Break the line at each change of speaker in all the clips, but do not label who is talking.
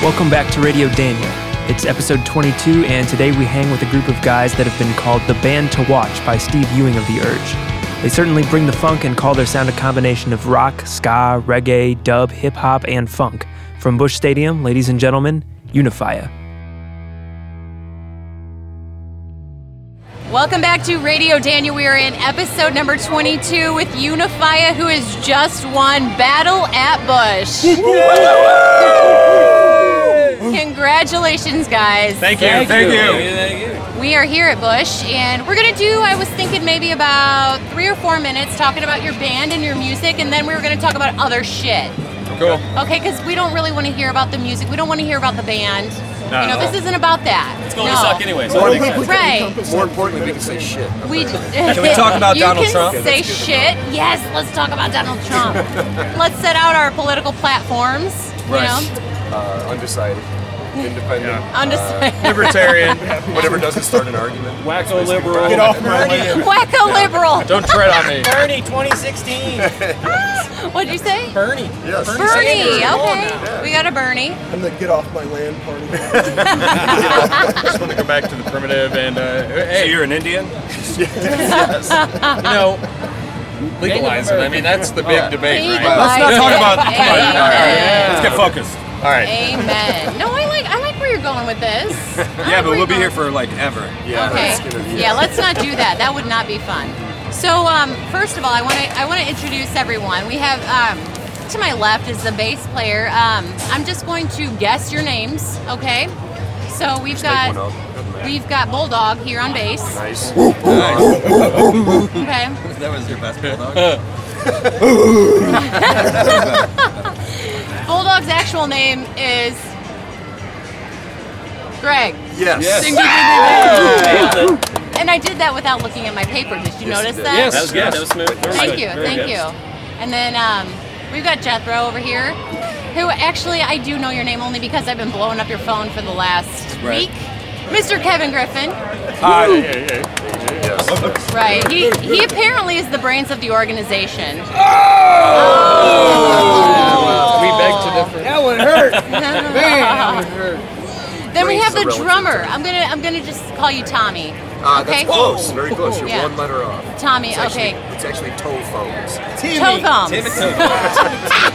Welcome back to Radio Daniel. It's episode 22, and today we hang with a group of guys that have been called the band to watch by Steve Ewing of The Urge. They certainly bring the funk and call their sound a combination of rock, ska, reggae, dub, hip hop, and funk. From Bush Stadium, ladies and gentlemen, Unifia.
Welcome back to Radio Daniel. We are in episode number 22 with Unifia, who has just won Battle at Bush. Congratulations, guys.
Thank you. Thank, you.
We are here at Bush, and we're going to do, I was thinking maybe about three or four minutes talking about your band and your music, and then we were going to talk about other shit.
Cool.
Okay, because we don't really want to hear about the music. We don't want to hear about the band.
Not
you know,
at all.
this isn't about that.
It's going
no.
to suck anyway. So it makes sense.
Right.
More importantly, we can say shit. uh,
We
Can we talk about
you
Donald
can
Trump?
Say shit. Yes, let's talk about Donald Trump. let's set out our political platforms. You
Right.
know,
Uh, undecided, independent,
Uh,
undecided.
Libertarian.
whatever doesn't start an argument.
Wacko liberal.
Get
off my land.
Wacko liberal.
Don't tread on me.
Bernie 2016.
What'd you say?
Bernie.
Yes.
Bernie.
Sanders. Come on
Okay, we got a Bernie.
I'm the get off my land party.
just want to go back to the primitive and uh, hey,
You're an Indian?
you know, legalize it. I mean, that's the big debate, right?
Legalize
Let's not talk
it.
about. Come on.
Amen.
All right. Let's get focused. All right.
Amen. No, I like I like where you're going with this.
Yeah, but we'll be here for like ever.
Yeah.
okay.
that's gonna be-
yeah, let's not do that. That would not be fun. So, um, first of all, I want to I want to introduce everyone. We have um, to my left is the bass player. Um, I'm just going to guess your names, okay? So we've
Make
got
one up. Doesn't matter.
we've got Bulldog here on bass.
Nice.
Okay.
That was your best bulldog.
Bulldog's actual name is Greg.
Yes.
Ding, ding, ding, ding, ding. And I did that without looking at my paper. Did
Yes,
you
you
notice
did.
that?
Yes. That was good. That was smooth.
Thank you, thank you. And then um, we've got Jethro over here, who actually I do know your name only because I've been blowing up your phone for the last
Right.
week. Mr. Kevin Griffin,
Yes. yes.
right? He he apparently is the brains of the organization.
Oh!
We beg to differ.
Oh! That one hurt.
Then we
Brains
have
are
the
relative
drummer. I'm gonna I'm gonna just call you Tommy.
Ah, that's
okay.
close. Very close. You're
Yeah.
one letter off.
Tommy.
It's actually,
okay.
It's actually toe phones.
Toe thumbs.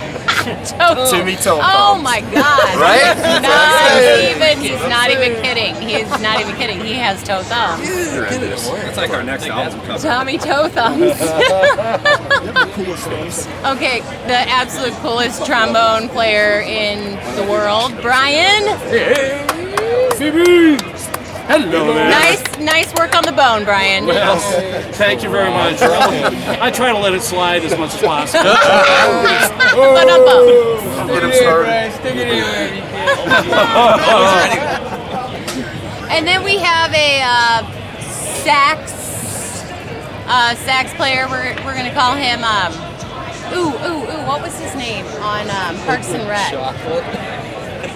Toe
Timmy toe
Oh
thumbs.
my God!
Right?
He's not even. He's not even kidding. He's not even kidding. He has toe thumbs.
You're into this.
That's like our next album cover.
Tommy Toe Thumbs. okay, the absolute coolest trombone player in the world, Brian.
Hello, man.
Nice, nice work on the bone, Brian.
Well, thank you very much. I try to let it slide as much as possible.
Ba-dum-bum.
Get him started.
And then we have a uh, sax uh, sax player. We're, we're gonna call him. Um, ooh, ooh, ooh! What was his name on um, Parks and Rec?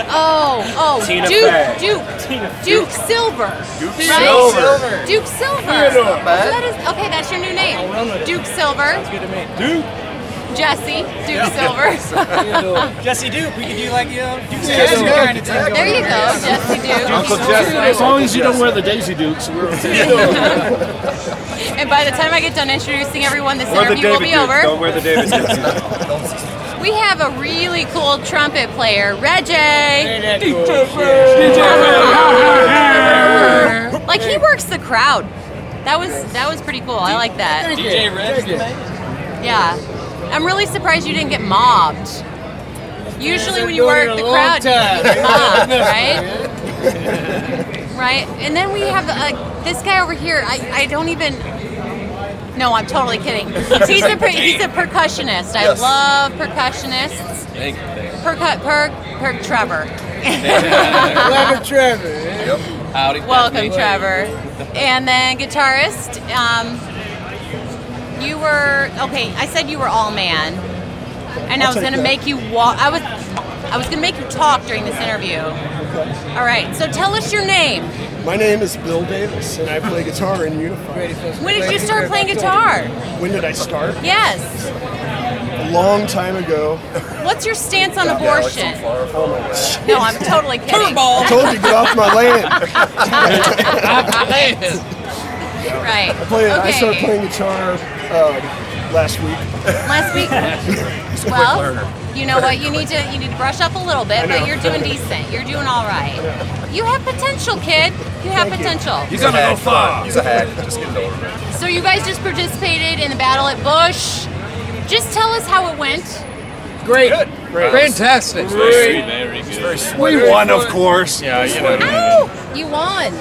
Oh, oh,
Tina
Duke,
Fey.
Duke, Duke Silver. Duke
Silver.
Duke Silver. So that is okay. That's your new name, Duke Silver. Duke. Jesse, Duke Silver.
Jesse Duke, we could do like, you know, Duke's Jesse kind of thing. going
there you go,
on.
Jesse Duke.
As long as you don't wear the Daisy Dukes, we're okay.
And by the time I get done introducing everyone, this interview will be over.
Don't wear the David Dukes.
We have a really cool trumpet player, Reggie.
Very that cool.
Like he works the crowd. That was that was pretty cool. I like that.
DJ Reg.
Yeah. I'm really surprised you didn't get mobbed. Usually when you
Going
work
a
the
long
crowd, you
time.
get mobbed, right? Right. And then we have uh, this guy over here. I, I don't even. No, I'm totally kidding. He's a per, he's a percussionist. I
Yes.
love percussionists.
Thank you.
Percut perk perk Trevor.
Clever Trevor.
Howdy.
Welcome, Trevor. And then guitarist, um, you were okay. I said you were all man, and I was gonna make you walk. I was, I was gonna make you talk during this interview. All right. So tell us your name.
My name is Bill Davis, and I play guitar in Unified.
When did you start playing guitar?
When did I start?
Yes.
a long time ago.
What's your stance on
Galaxy
abortion?
Chloroform.
No, I'm totally kidding.
I told you, get off my land.
Right.
Playing, I
okay.
started playing guitar um, last week.
Last week. well, you know what? You need to you need to brush up a little bit, but you're doing decent. You're doing all right. You have potential, kid. You have potential.
He's gonna go far.
He's a hack. Just get it over with.
So you guys just participated in the battle at Bush. Just tell us how it went.
Great. Fantastic.
Very, very good.
We won, of course.
Yeah, you know.
Ow! You won.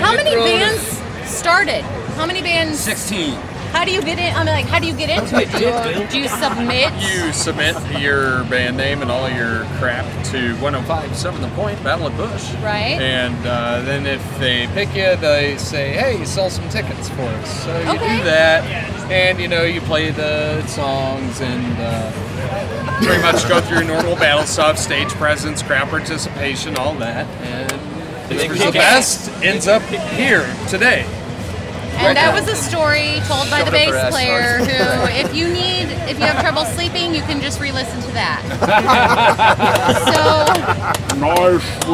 How many bands started? How many bands?
16.
How do you get in? I mean, like, how do you get into it? Do you, do you submit?
You submit your band name and all your crap to 105 7 The Point, Battle at Bush.
Right.
And uh, then if they pick you, they say, hey, sell some tickets for us. So you
Okay.
do that, and you know, you play the songs and uh, pretty much go through normal battle stuff stage presence, crowd participation, all that. And whoever's the best ends up here today.
And that was a story told by the
Shove it
bass
up her ass,
player who, if you need, if you have trouble sleeping, you can just re-listen to that. so,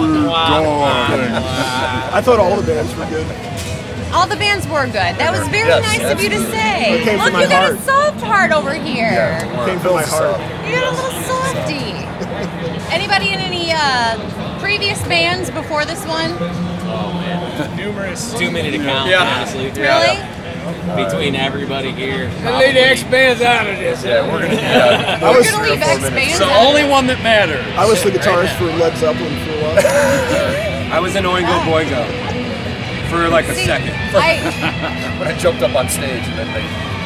I thought all the bands were good.
all the bands were good. That was very
Yes,
nice of you to say.
It came
Look,
from my
you got a
heart.
soft heart over here.
Came from my heart.
You got a little softy. Anybody in any uh, previous bands before this one?
Too many to count,
Yeah.
honestly.
Really?
Between everybody here.
I leave the X bands out of this.
Yeah, we're gonna. Yeah,
I was,
You're gonna leave X bands.
It's the
out?
only one that matters.
I was the guitarist for Led Zeppelin for a while.
I was in Oingo Boingo for like a
See,
second.
I,
when I jumped up on stage and then they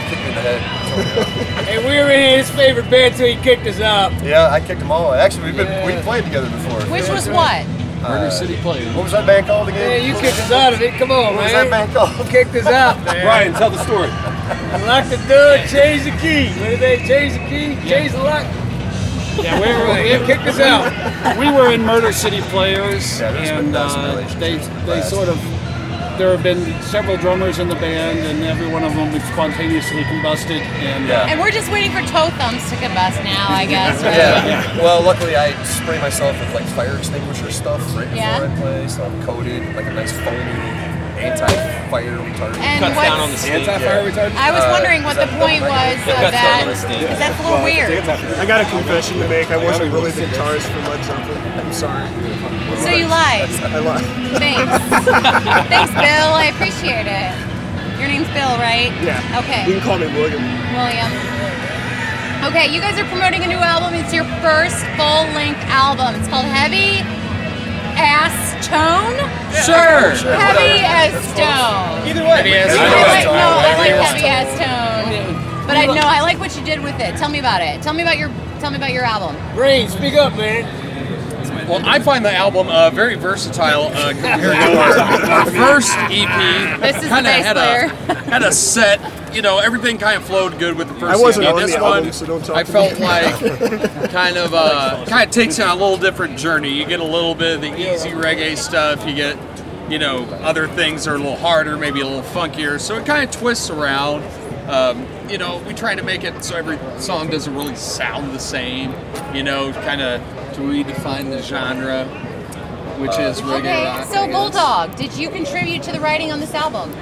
kicked me in the head.
And we were in his favorite band till he kicked us out.
Yeah, I kicked them all. Actually, we've been we played together before.
which was what?
Murder
City Play.
What was that band called
Yeah,
again?
you kicked us out of it. Come on,
What was that
man.
band called?
Kicked us out, man.
Brian, tell the story.
Lock the door, change the key. What did they change the key? Change the lock.
Yeah, we
They
were,
kicked us out.
we were in Murder City Players,
Yeah, there's been
and
those
uh, they
relationships in the
they
past.
sort of there have been several drummers in the band, and every one of them spontaneously combusted. And uh,
And we're just waiting for toe thumbs to combust now, I guess. right?
Yeah. Well, luckily I spray myself with like fire extinguisher stuff right before
Yeah.
I play, so I'm coated like a nice foamy anti-fire retardant.
And
Cuts
what's,
down on the steam.
Anti-fire
retardant.
I was
Uh,
wondering what the point was
It
of
cuts
that.
down on the steam.
Because that's a little weird.
I got a confession to make. I wasn't really the guitarist for Led Zeppelin. I'm sorry.
So you lied.
I lied.
Thanks. Thanks, Bill. I appreciate it. Your name's Bill, right?
Yeah. You
Okay,
can call me William.
William. Okay, you guys are promoting a new album. It's your first full-length album. It's called Heavy Ass Tone.
Sure.
Heavy as Stone.
Either way.
You
I
know
know
what?
it's
No,
all
I like
right.
heavy ass tone. But I know I like what you did with it. Tell me about it. Tell me about your tell me about your album.
Brain, speak up, man.
Well, I find the album uh, very versatile uh, compared to our, our first EP.
This is the
Kinda
bass
had
player.
A, had a set, you know, everything kind of flowed good with the first
I wasn't
EP.
on
this
the
one,
album, so don't talk
I
to
felt
me.
like kind of uh, kind of takes you on a little different journey. You get a little bit of the easy reggae stuff. You get, you know, other things that are a little harder, maybe a little funkier. So it kind of twists around. Um, you know, we try to make it so every song doesn't really sound the same. You know, kind of to redefine the genre, which is reggae
Okay,
rock. I
so
guess.
Bulldog, did you contribute to the writing on this album?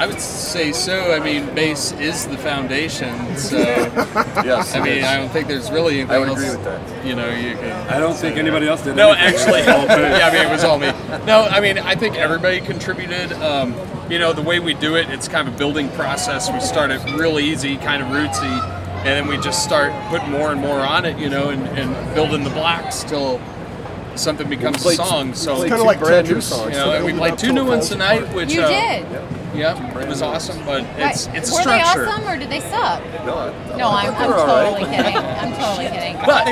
I would say so. I mean, bass is the foundation. So
Yes.
I mean, I don't think there's really anything
I would
else.
agree with that.
You know, you can.
I don't think anybody else did.
No,
anything.
actually,
All bad.
yeah, I mean, it was all me. No, I mean, I think everybody contributed. Um, you know, the way we do it, it's kind of a building process. We start it really easy, kind of rootsy, and then we just start putting more and more on it, you know, and, and building the blocks till something becomes a song. So,
It's
you
kind
two
of like
brand new
Tetris.
songs.
know, and we played two new ones tonight, which
You
uh,
did.
Yep, it was awesome, but it's
Right.
it's a
Were they
structure.
awesome or did they suck?
No, I-
No, I'm, I'm
They're all right.
totally kidding. I'm totally kidding.
But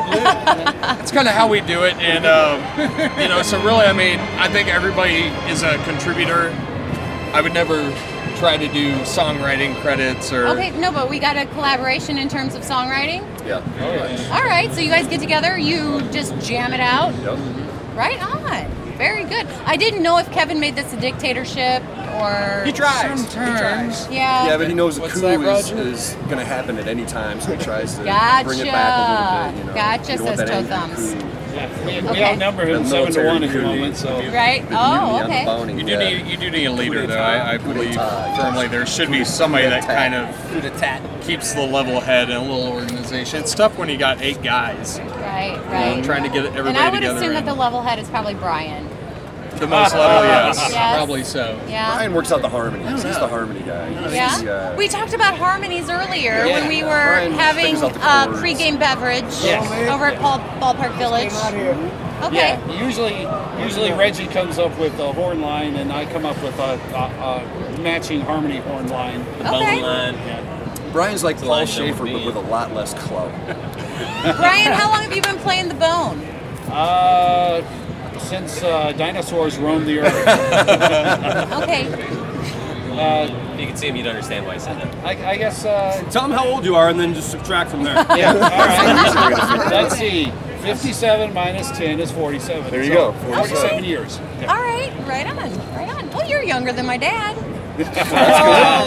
it's kind of how we do it, and um, you know, so really, I mean, I think everybody is a contributor. I would never try to do songwriting credits or
Okay, no, but we got a collaboration in terms of songwriting.
Yeah.
All right, so you guys get together, you just jam it out.
Yep.
Right on. Very good. I didn't know if Kevin made this a dictatorship or
He tries. He
sometimes.
tries.
Yeah.
Yeah, but he knows the
What's
coup
that,
is,
Roger?
is going to happen at any time, so he tries to
Gotcha.
bring it back a little bit. You know?
Gotcha,
You don't want that
says Toe
angry
Thumbs.
coup.
Yeah, we, we
Okay.
outnumber him
The
seven to
military
one at the
coup.
moment. So
Right.
The mutiny
Oh,
on the
okay.
boning,
You do
yeah.
need you do need a leader
Coup
though.
d'etat.
I, I
Coup
believe
d'etat, yes.
firmly there should be somebody that
d'etat.
kind of
Through the tat.
keeps the level head in a little organization. It's tough when you got eight guys
Right.
you know,
Right.
trying to get everybody
And I would
together.
assume that
and
the level head is probably Brian.
the most level, yes,
Yes.
probably so.
Yeah.
Brian works out the harmonies.
don't
He's
know.
the harmony guy.
Yeah.
He's, uh,
we talked about harmonies earlier when we were
Brian
having
figures out the
a
chords.
pregame beverage over at Paul, Ballpark Village. Okay.
yeah, usually usually Reggie comes up with a horn line, and I come up with a, a, a matching harmony horn line.
Okay.
line.
Brian's like Paul
line that would
Schaefer,
be-
but with a lot less club.
Brian, how long have you been playing the bone?
Uh, since uh, dinosaurs roamed the earth,
Okay.
uh,
If you could see him, you'd understand why I said that.
I, I guess. Uh,
Tell him how old you are and then just subtract from there.
yeah. All right. Let's see. Fifty-seven minus ten is forty-seven.
There you
So,
go, 47.
Forty-seven years. Yeah.
All right. Right on. Right on. Well, you're younger than my dad.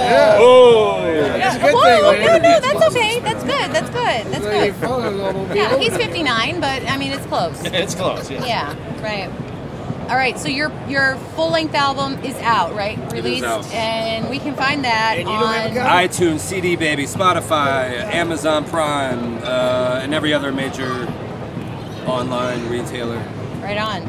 Oh.
That's
a good
Whoa,
thing, right?
no, no, that's okay. That's good. That's good. That's
Hey,
good.
follow the little
Yeah,
people.
he's 59, but I mean, it's close.
It's close. Yeah.
Yeah. Right. All right. So your your full length album is out, right? Released,
out.
and we can find that
And you don't have a
on.
copy?
iTunes, CD Baby, Spotify, Amazon Prime, uh, and every other major online retailer.
Right on.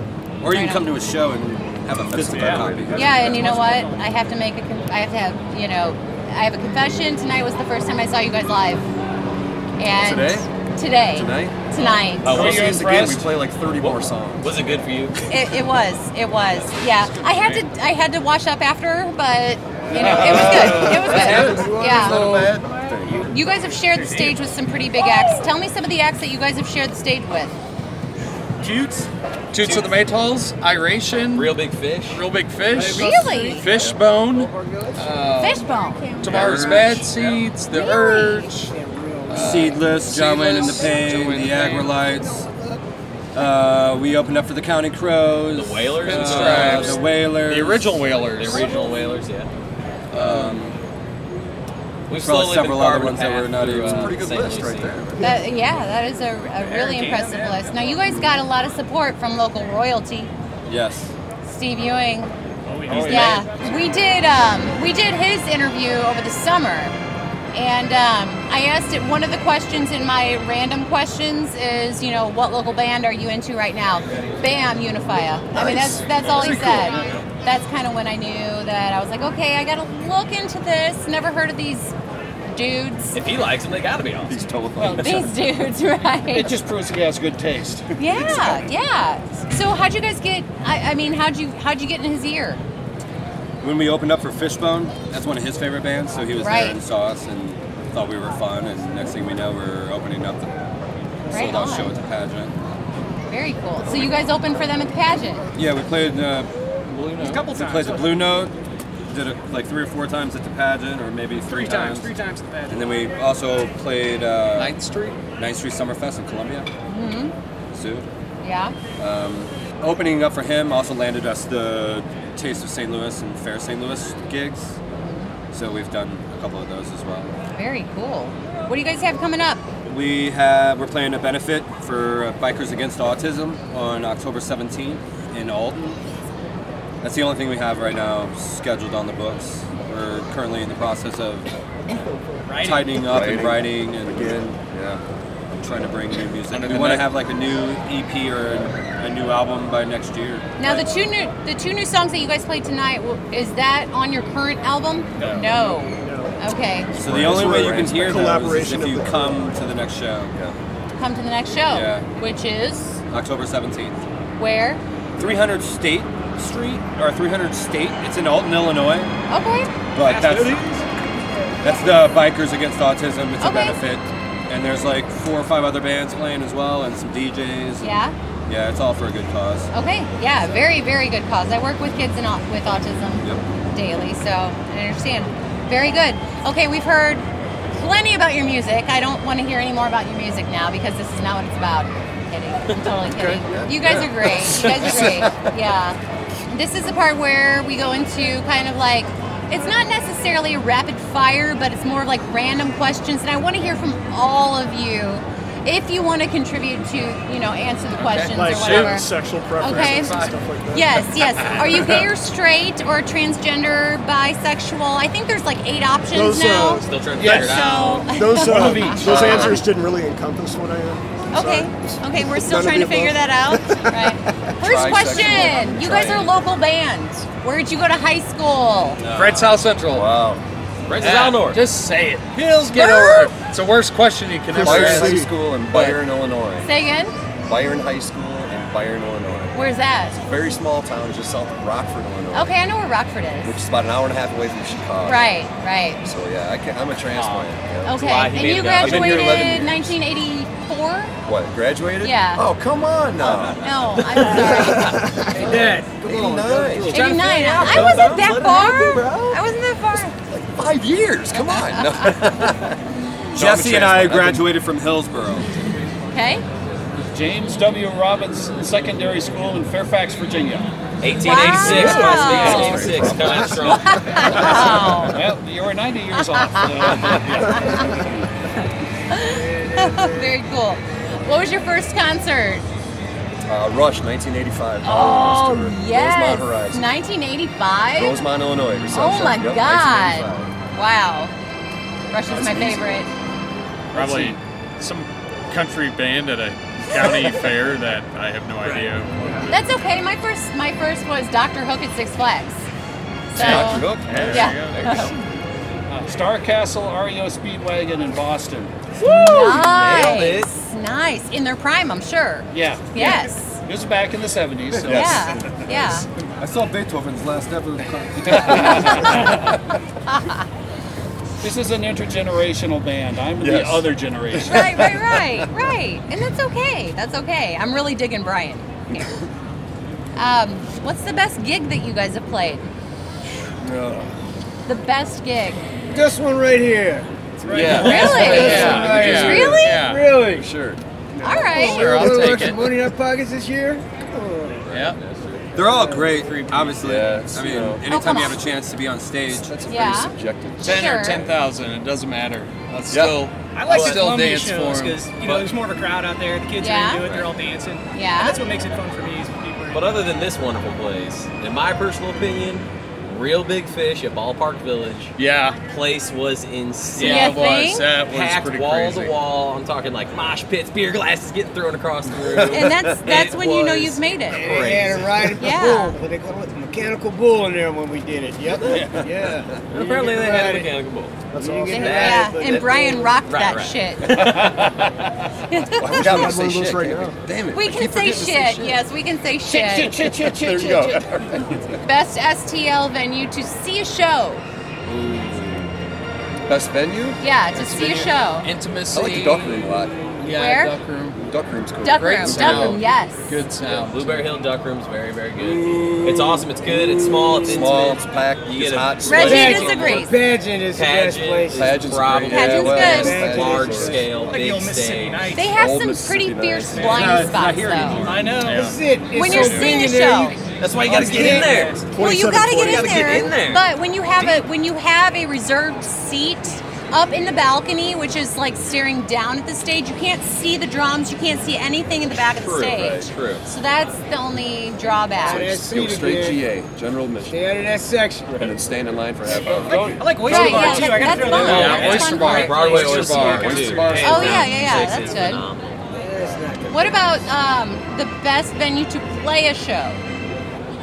Or you
Right
can come
on.
to a show and have a physical copy.
Yeah, and you know what? I have to make a. Con- I have to have you know. I have a confession. Tonight was the first time I saw you guys live. And
Today?
Today.
Tonight?
Tonight.
Oh,
When we
was
see
you
this again, we
impressed?
play like 30 more songs.
Was it good for you?
It, it was. It was. Yeah. I had to. I had to wash up after, but you know, it was good. It was good. Yeah. You guys have shared the stage with some pretty big acts. Tell me some of the acts that you guys have shared the stage with.
Cute.
Toots of the Maytals, Iration,
Real big fish.
Real Big Fish,
Really?
Fishbone,
Fishbone.
Tomorrow's
Urge.
Bad Seeds, The Urge.
Seedless, John Wayne and the
Seedless, John
Pain,
Wayne
the
and the Pain.
Agrolites. Uh, we opened up for the County Crows.
The Wailers?
Uh, the Whalers.
The original Whalers.
The original Whalers, yeah. Um, We've
Probably
slowly
several
been
other
carving
ones
a
that
path
were not
through,
even- It's a
uh,
Pretty good
St.
list right
Lucie.
there.
That, yeah, that is a, a really impressive list. Now you guys got a lot of support from local royalty.
Yes.
Steve Ewing.
Oh,
Yeah, we did. Um, we did his interview over the summer, and um, I asked it. One of the questions in my random questions is, you know, what local band are you into right now? Bam, Unifia. I mean, that's that's all he said. That's kind of when I knew that I was like, okay, I gotta look into this. Never heard of these dudes.
If he likes them, they gotta be awesome.
These telephones.
These dudes, right?
It just proves he has good taste.
Yeah, yeah. So how'd you guys get? I, I mean, how'd you how'd you get in his ear?
When we opened up for Fishbone, that's one of his favorite bands, so he was
Right.
there and saw us and thought we were fun. And next thing we know, we're opening up the
Right
sold out show
on.
at the pageant.
Very cool. So you guys opened for them at the pageant.
Yeah, we played uh, a couple times. We played the Blue Note, did it like three or four times at the pageant, or maybe three, times.
Three times the bad.
And then we also played uh,
Ninth Street.
Ninth Street Summerfest in Columbia. Mm-hmm. Zoo.
Yeah.
Opening up for him also landed us the Taste of St. Louis and Fair St. Louis gigs. So we've done a couple of those as well.
Very cool. What do you guys have coming up?
We have we're playing a benefit for uh, Bikers Against Autism on October 17th in Alton. That's the only thing we have right now scheduled on the books. We're currently in the process of tightening up and writing and
Again, yeah.
trying to bring new music.
Under
We
the
want to
neck.
have like a new EP or a, a new album by next year.
Now the two new the two new songs that you guys played tonight w- is that on your current album? No. Okay.
So the only way you can hear those is
Collaboration
if
of
you
the-
come to the next show,
Come to the next show,
Yeah.
which is
October 17th.
where?
300 State Street or 300 State. It's in Alton, Illinois,
Okay.
but that's that's the Bikers Against Autism. It's a
Okay.
benefit, and there's like four or five other bands playing as well, and some DJs. and-
Yeah.
Yeah, it's all for a good cause.
Okay. Yeah. Very very good cause. I work with kids in, au- with autism
Yep.
daily, so I understand. Very good. Okay, we've heard plenty about your music. I don't want to hear any more about your music now because this is not what it's about. I'm kidding. I'm totally kidding. You guys are great. You guys are great. Yeah. This is the part where we go into kind of like it's not necessarily rapid fire, but it's more of like random questions, and I want to hear from all of you if you want to contribute to you know answer the questions
Like
or whatever.
shit, sexual preferences
Okay.
and stuff like that.
Yes, yes. Are you gay or straight or transgender, bisexual? I think there's like eight options
Those,
now.
uh,
Still trying to figure
Yes.
it out.
Those,
One
uh,
of each.
those answers didn't really encompass what I am. I'm
Okay,
sorry.
okay, we're still
None of
trying to
the
figure
above.
that out. Right. First
Trisexual,
question. You guys are a
triangle.
local band. Where'd you go to high school?
Fred South Central.
Wow.
Brent's
Yeah,
out north.
Just say it. He'll get over it. It's the worst question you can ever
Byron
Yes.
High
ask.
School in Byron, Illinois.
Say again.
Byron High School in Byron, Illinois.
Where's that?
Very small town just south of Rockford, Illinois.
Okay, I know where Rockford
Which
is.
is about an hour and a half away from Chicago.
Right, right.
So yeah, I can, I'm a transplant. yeah.
Okay,
why he
and
made
you
it up. I've
been here 11
graduated
years.
1984?
What? Graduated?
Yeah.
Oh come on now.
No, I'm sorry.
Eighty-nine.
89. I wasn't that far. I wasn't that far.
Five years. Come on. No.
Jesse and I
I've been-
graduated from Hillsboro.
Okay.
James W. Robinson Secondary School in Fairfax, Virginia.
1886.
Wow.
Class of 1886. Coming out strong.
Wow.
Well, you were 90 years off. Uh,
Very cool. What was your first concert?
Uh, Rush, 1985.
Oh,
Rosemont Tour,
yes.
Rosemont Horizon.
1985?
Rosemont, Illinois.
oh
Reception.
my
Yep,
god.
1985.
Wow. Rush is
That's
my
easy.
favorite.
Probably some country band at a county fair that I have no idea. what-
That's okay. My first my first was Dr. Hook at Six Flags. So
Dr. Hook.
There you
Yeah.
go.
uh, Star Castle REO Speedwagon in Boston.
Nice. Nice. In their prime, I'm sure.
Yeah.
Yes.
It was back in the 70s. So.
Yeah. Yeah.
I saw Beethoven's last ever.
This is an intergenerational band. I'm
Yes.
the other generation.
right, right, right, right. And that's okay. That's okay. I'm really digging Brian here. Um, what's the best gig that you guys have played? The best gig.
This one right here.
yeah.
Really?
Yeah, yeah,
Really?
Yeah.
Really?
Sure.
All right.
Sure, I'll
Little
take
extra
it.
money in our pockets this year. Oh.
Yeah.
They're all great, obviously.
Yeah, it's,
I mean,
you know-
Oh, come
anytime you
on.
have a chance to be on stage,
That's a
Yeah.
pretty subjective.
Ten
Sure.
or ten thousand, it doesn't matter. I'll
Yeah.
still,
I like the
still
Columbia
dance
shows
for
because you
him.
know there's more of a crowd out there. The kids
Yeah.
are into it. They're all dancing.
Yeah.
And that's what makes it fun for me. Is when people are
But
uh,
other than this wonderful place, in my personal opinion, Real Big Fish at Ballpark Village,
Yeah,
place was insane.
Yeah,
yeah, it was.
thing?
That was
Packed
pretty
wall
crazy.
to wall. I'm talking like mosh pits, beer glasses getting thrown across the room.
And that's that's
It
when you know
was
you've made it.
They had a riding
Yeah.
bull. What they call it? Mechanical bull in there when we did it. Yep. Yeah.
And apparently they had a
it.
mechanical bull.
That's awesome.
Yeah. And Brian rocked
Right,
that
right.
shit.
I forgot to
Got
say
one of those
shit.
right
can't
now.
we? Damn it. I
We can
keep
say
forgetting
shit.
to
Yes, we can say shit.
Shit, shit, shit, shit,
There you
shit,
go.
shit.
Best STL venue to see a show.
Best venue?
Yeah, to see a show.
I
Intimacy.
like the duck room a lot.
Yeah,
Where?
duck room.
Duck room's cool.
Duck
Great
room. Duck
sound.
room. Yes.
Good sound.
Blueberry Hill Duck Room's very, very good. It's awesome. It's good. It's small. It's
Small, it's
intimate.
packed,
You
it's
get a-
hot. it's
Reggie
sweaty.
disagrees.
Pageant is the best
Pageant.
place.
Pageant's
Probably
great. Yeah,
Pageant's
well,
good.
it's
Pageant's
large
good.
scale,
like the
big
old Mississippi
stage.
Nights.
They have
Old
some
Mississippi
pretty
Nights.
fierce
Yeah.
blind
No, it's not
spots
here
though.
anymore. I know.
This is it. It's
When
so
you're
big
seeing a
in there,
show,
you can-
That's why you gotta get in there.
well, you gotta get in,
You gotta
there,
get in there.
But when you have a when you have a reserved seat up in the balcony, which is like staring down at the stage, you can't see the drums, you can't see anything in the back of the
True,
stage.
right, true.
So that's the only drawback.
That's
Just go
seated
straight
there.
GA, general admission,
Stay out of that section.
and then stand in line for half hour.
I like Oyster
Right,
Bar
yeah,
too.
that- that's
I gotta throw that
fun.
out.
Yeah,
there.
That's
Oyster
fun
Bar.
part.
Broadway
Oyster
Oyster
Bar.
Bar.
Oyster
too.
Bar.
Hands
Oh, yeah,
down,
yeah, yeah,
six,
that's
it's
good.
phenomenal.
What about um, the best venue to play a show?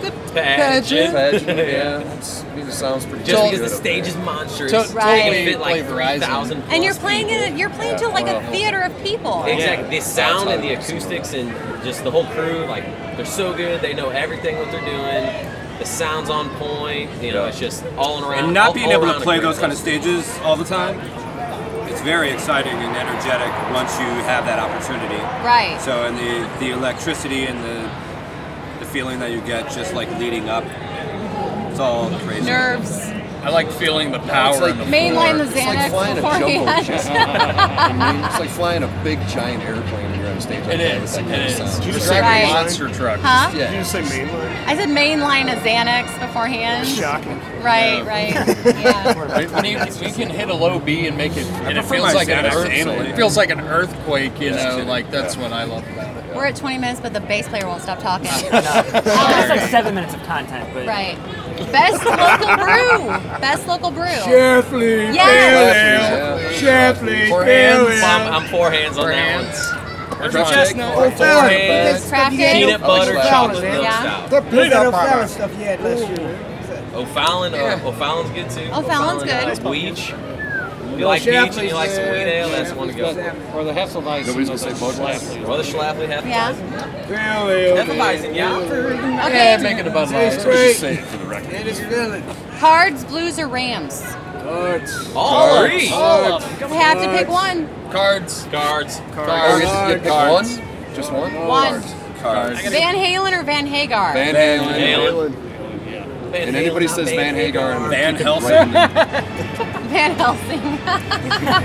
The pageant.
Pageant, yeah, it's, it sounds pretty
Just
good
because the
up
stage
there.
is monstrous,
To-
Right.
you can fit
totally
like
play Verizon.
3,000
And you're
plus
playing
people.
in a, you're playing to
Yeah,
like a
well.
theater of people.
Oh,
Exactly. The sound and the
Outside of the
acoustics and just the whole crew, like they're so good. They know everything what they're doing. The sound's on point. You know, it's just all around.
And not
all-
being
all
able
around
to
a
play
great
those kind of
place.
stages all the time, it's very exciting and energetic once you have that opportunity.
Right.
So, and the, the electricity and the, the feeling that you get just like leading up, it's all crazy.
Nerves.
I like feeling the power.
It's like
in the
Mainline the
It's like
Xanax
flying a jumbo
beforehand.
jet. I mean, it's like flying a big giant airplane when you're on stage. Like
It
that,
is,
with that
it
kind of
is.
sound.
Did you
It's
just say
like-
Right.
monster truck.
Huh?
Yeah.
Did you say mainline?
I said mainline a Xanax beforehand.
Shocking.
Right, right.
Right, When you, if you can hit a low B and make it, and it
prefer
feels
my
like an
Xanax
earth,
anally.
it feels like an earthquake. You
Just
know,
kidding.
like that's what I love about it.
We're at 20 minutes, but the bass player won't stop talking.
That's like seven minutes of content, but
Right. Best local brew. Best local brew.
Sheffley,
Yes.
Sheffley,
I'm, I'm four hands on that one.
Drop
chestnut,
kick.
four
Oh,
hands,
fella.
peanut
I like
butter,
that.
chocolate milk
Yeah.
stout.
The pizza flour stuff you had last year.
O'Fallon, uh, O'Fallon's good too.
O'Fallon's
O'Fallon,
good.
Uh, Beach. You like Beach and you like some wheat ale, that's the one to go for.
Or the Heffelweizen.
Nobody's gonna say Budweiser.
Or the Schlafly Hefeweizen.
Yeah.
Hefeweizen, yeah.
Yeah,
Okay.
make it a Bud
Tastes
Light.
Just
great.
say it for the record.
It is village.
Cards, blues, or Rams?
Cards.
All
Cards.
three.
Cards.
You have to pick one.
Cards.
Guards.
Oh,
Cards.
you have to pick
Cards.
one? Just one?
One.
Cards.
Van Halen or Van Hagar?
Van Halen. And
Van
anybody
Halen,
says
not
Van Hagar, I'm gonna
Van
kick it right
Helsing.
in the-
Van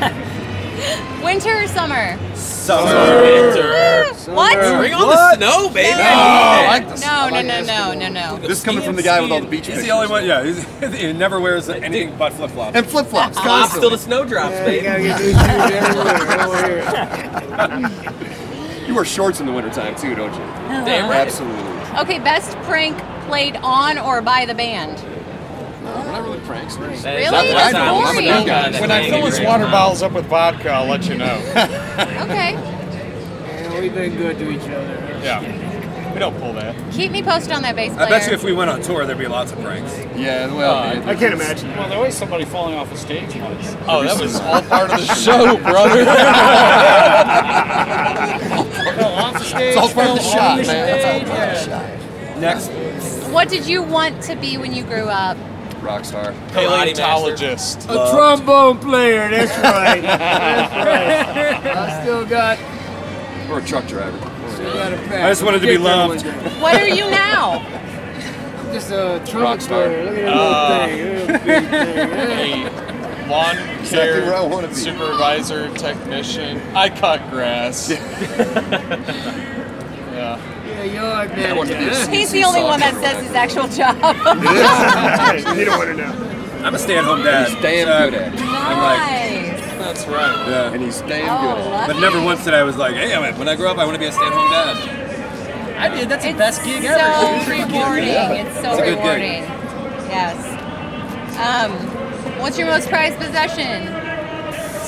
Helsing. Winter or summer?
Summer.
Winter.
What?
Bring on the
What?
snow, baby.
No.
I like this.
No, no, no, no, no, no.
This is coming from the guy with all the beach
He's
pictures.
the only one. Yeah, he's, he never wears anything but flip flops.
And flip flops.
I'm still the snowdrops,
Yeah, you
baby.
gotta get these shoes everywhere. everywhere.
You wear shorts in the wintertime too, don't
Oh,
you?
Damn right.
Absolutely.
Okay, best prank played on or by the band?
We're not really pranks. We're just-
Hey,
Really? That's
that's not- I'm a
boring.
new guy.
When
That's
When I
not
fill
even
his
great.
water bottles up with vodka, I'll let you know.
Okay.
And we've been good to each other.
yeah. We don't pull that.
Keep me posted on that bass player.
I bet you if we went on tour, there'd be lots of pranks.
Yeah, well,
I can't imagine.
Well, there was somebody falling off a stage once.
Oh, that was all part of the show, brother.
Fell off the
it's
stage.
all part of the
fell
shot,
on the
man. It's all
stage.
part of the
Next,
What did you want to be when you grew up?
shot. Rock star.
Karate master.
Paleontologist.
A trombone player, that's right. That's right. I still got,
Or a truck driver.
still got a pack.
I just wanted to be
Get that
loved.
one down.
What are you now?
Just a trumpet
star.
player. Look at that little thing. Look at that big thing.
a lawn
Exactly where I wanna
care
be.
supervisor, technician. I cut grass. yeah.
Yeah, yard
I want to be a
manager.
He's the only one that says his actual job.
You don't want to know.
I'm a stay-at-home dad.
He's damn good at it.
Nice.
That's right.
Yeah.
And he's
Oh,
damn good at
lucky.
But never once did I was like, hey, when I grow up, I want to be a stay-at-home dad.
I did. That's
It's so rewarding. It's so
It's a good
rewarding. Yes. Um, what's your most prized possession?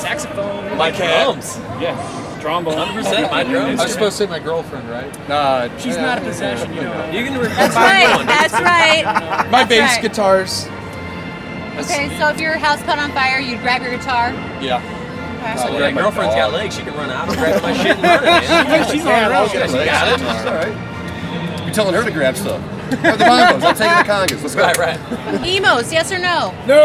Saxophone.
My
cat.
drums.
Yeah, trombone.
100%
I
my
was
drums.
supposed to say my girlfriend, right?
it. Nah,
She's not a possession, you know.
You can refer
That's
back
right.
one.
That's right.
My
That's
bass
right.
guitars.
Okay, so if your house caught on fire, you'd grab your guitar.
Yeah.
Okay.
My girlfriend's got legs. She can run out and grab my shit and run. man.
She's all
She
right.
got it.
Alright. You're telling her to grab stuff. Grab the bongos. I'm taking the congas. Let's go.
Right, right.
Emos, yes or no?
What?
No, no,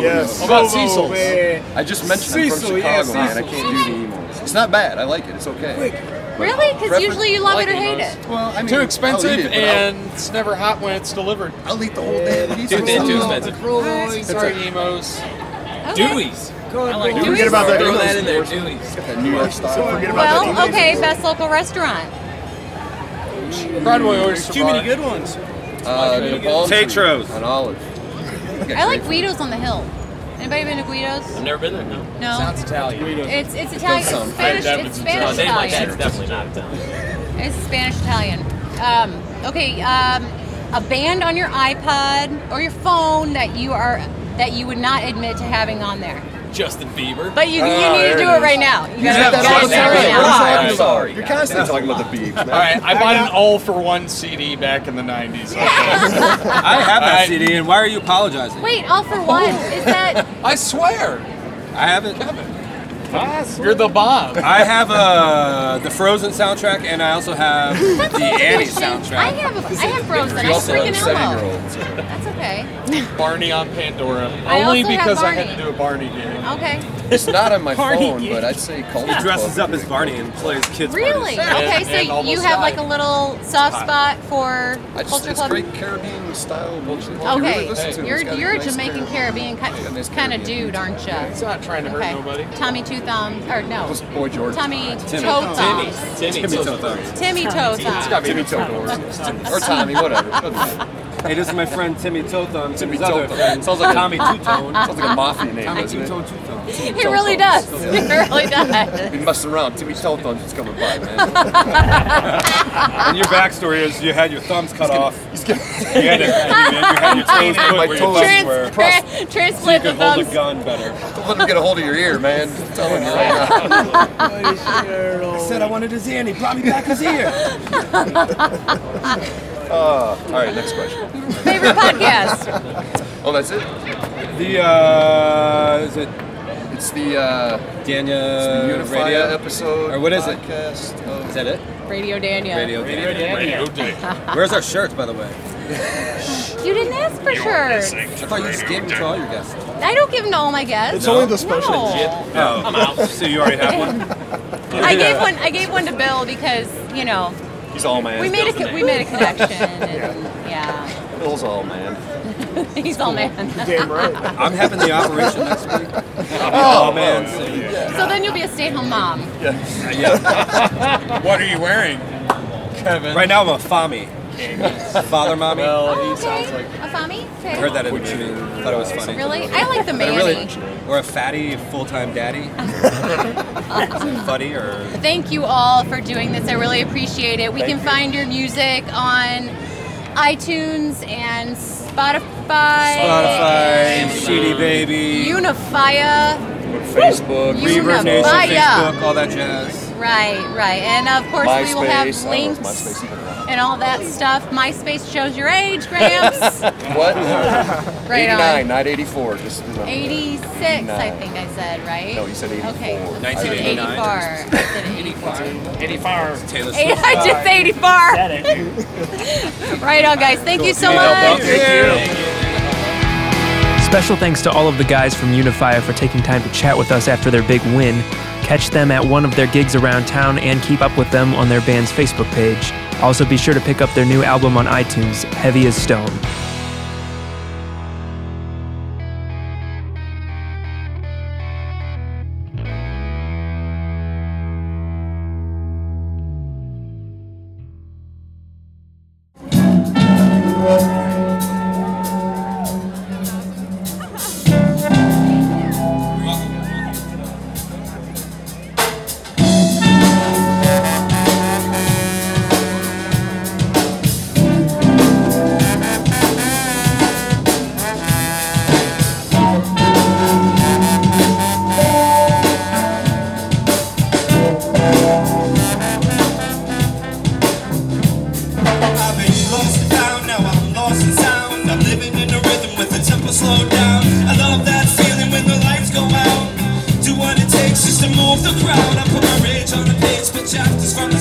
Yes.
no.
What about Cecil's?
Man,
I just mentioned I'm from
Cecil, yeah,
Chicago, man. I
Cecil.
can't do the emos. It's not bad. I like it. It's okay.
Really? Because
Preference-
usually you love
like
it or hate
emos.
it.
Well, I mean,
Too expensive
I'll eat it, but I'll-
and it's never hot when it's delivered.
I'll eat the whole damn piece.
Dude, they're too
myself.
expensive.
Rolls-Royce,
Sorry, emos.
Okay.
Dewey's.
Cardboard.
Forget about that.
Throw
Eagles.
that in there, Dewey's.
Got that New York style.
Forget about that.
Well, okay, best local restaurant.
Broadway oyster
Too many
bar.
good ones.
Uh, the palm tree
Tetros.
On olive.
I like Guido's on the Hill. Anybody been to Guido's?
I've never been there. No.
No.
Sounds Italian.
It's it's Italian.
That sounds-
It's Spanish.
that
It's
would be
Spanish
No, they my
Italian.
dad's definitely not uh, Italian.
It's Spanish Italian. Um, okay, um, a band on your iPod or your phone that you are that you would not admit to having on there,
Justin Bieber.
but you,
Ah,
you need to do it right now. You
got
gotta,
that
you gotta
on
do it right
there.
now.
What
I'm sorry.
You're constantly talking about the beef, man.
All right, I bought an all for one CD back in the 90s.
I have that
I-
CD, and why are you apologizing?
Wait, all for one. Is that
I swear.
I haven't.
boss.
You're the bomb.
I have uh, the Frozen soundtrack, and I also have the Annie soundtrack.
I have a, I have frozen. I have freaking elbow. That's okay.
Barney on Pandora.
I
Only
also have
because I
Barney.
had to do a Barney game.
Okay.
It's not on my
Barney
phone,
game.
but I'd say call
He
it
dresses
Club
up as Barney and plays kids.
Really? Okay, so you have like a little soft spot for
I just,
culture
it's
club.
great Caribbean style music.
Okay, you're you're a Jamaican Caribbean kind of dude, aren't you? It's
not trying to hurt nobody.
Tommy Two Thumbs, or no?
Just Boy George.
Tommy Toe Thumbs.
Timmy Toe Thumbs.
Timmy Toe
It's got
Thumbs.
to be Toe Thumbs. Or Tommy, whatever.
Hey, this is my friend Timmy Toe Thumbs.
Timmy
his other
Toe Thumbs.
friend,
Sounds like a-
Tommy Two Tone.
Sounds like a mafia name,
Tommy
doesn't
Two
it?
Tone Two Tone.
He really does. He really does.
Been messing around. Timmy Toe Thumbs is coming by, man.
And your backstory is you had your thumbs cut off. you, had you had your toes put
My
where your
toes
thumbs
were.
were.
Trans-
So you
transplant the
could hold a
thumbs.
gun better.
Don't let him get a hold of your ear, man. I'm telling you right now.
I said I wanted his ear, and he brought me back his ear.
Uh, all right, next question.
Favorite podcast.
Oh, that's it?
The uh, is it
It's the uh,
Dania
it's the Unify
Radio
episode.
Or what is it?
Podcast of
Is that it?
Radio Dania.
Radio Dania.
Radio day.
Where's our shirts, by the way?
You didn't ask for shirts.
I thought you just gave them to all your guests.
I don't give them to all my guests.
It's only the
special. No.
Oh, I'm out. So you already have one.
I gave one. I gave one to Bill because you know
He's all man.
we made a co- we made a connection. And, yeah,
Bill's all man.
he's all man.
I'm having the operation next week.
Oh,
Oh, man.
So then you'll be a stay-at-home mom.
What are you wearing, Kevin?
Right now I'm a Fami. Father mommy.
Oh, okay. A fami?
I
Okay.
heard that in the movie. Thought it was funny.
Really? I like the
I
manny.
really, or a fatty full-time daddy. Fuddy or
Thank you all for doing this. I really appreciate it. We
Thank
can find your music on iTunes and Spotify.
Spotify, Sheedy Baby,
Unifia.
Facebook, Reverb Nation,
Unify.
Facebook, all that jazz.
Right, right. And of course, we will have
MySpace. I don't know if
links
MySpace even around.
and all that stuff. MySpace shows your age, Gramps.
What?
Right
89,
on.
not 84. Just remember.
86, I think I said, right?
No, you said 84.
Okay.
1989.
84. I said 84.
84.
Taylor
Eight-
Swift.
I did say 84. right on, guys. Thank you so much.
Special thanks to all of the guys from Unifier for taking time to chat with us after their big win. Catch them at one of their gigs around town and keep up with them on their band's Facebook page. Also, be sure to pick up their new album on iTunes, Heavy as Stone.
I've been lost and found, now I'm lost in sound. I'm living in a rhythm with the tempo slowed down. I love that feeling when the lights go out. Do what it takes just to move the crowd. I put my rage on the page, but chapters from the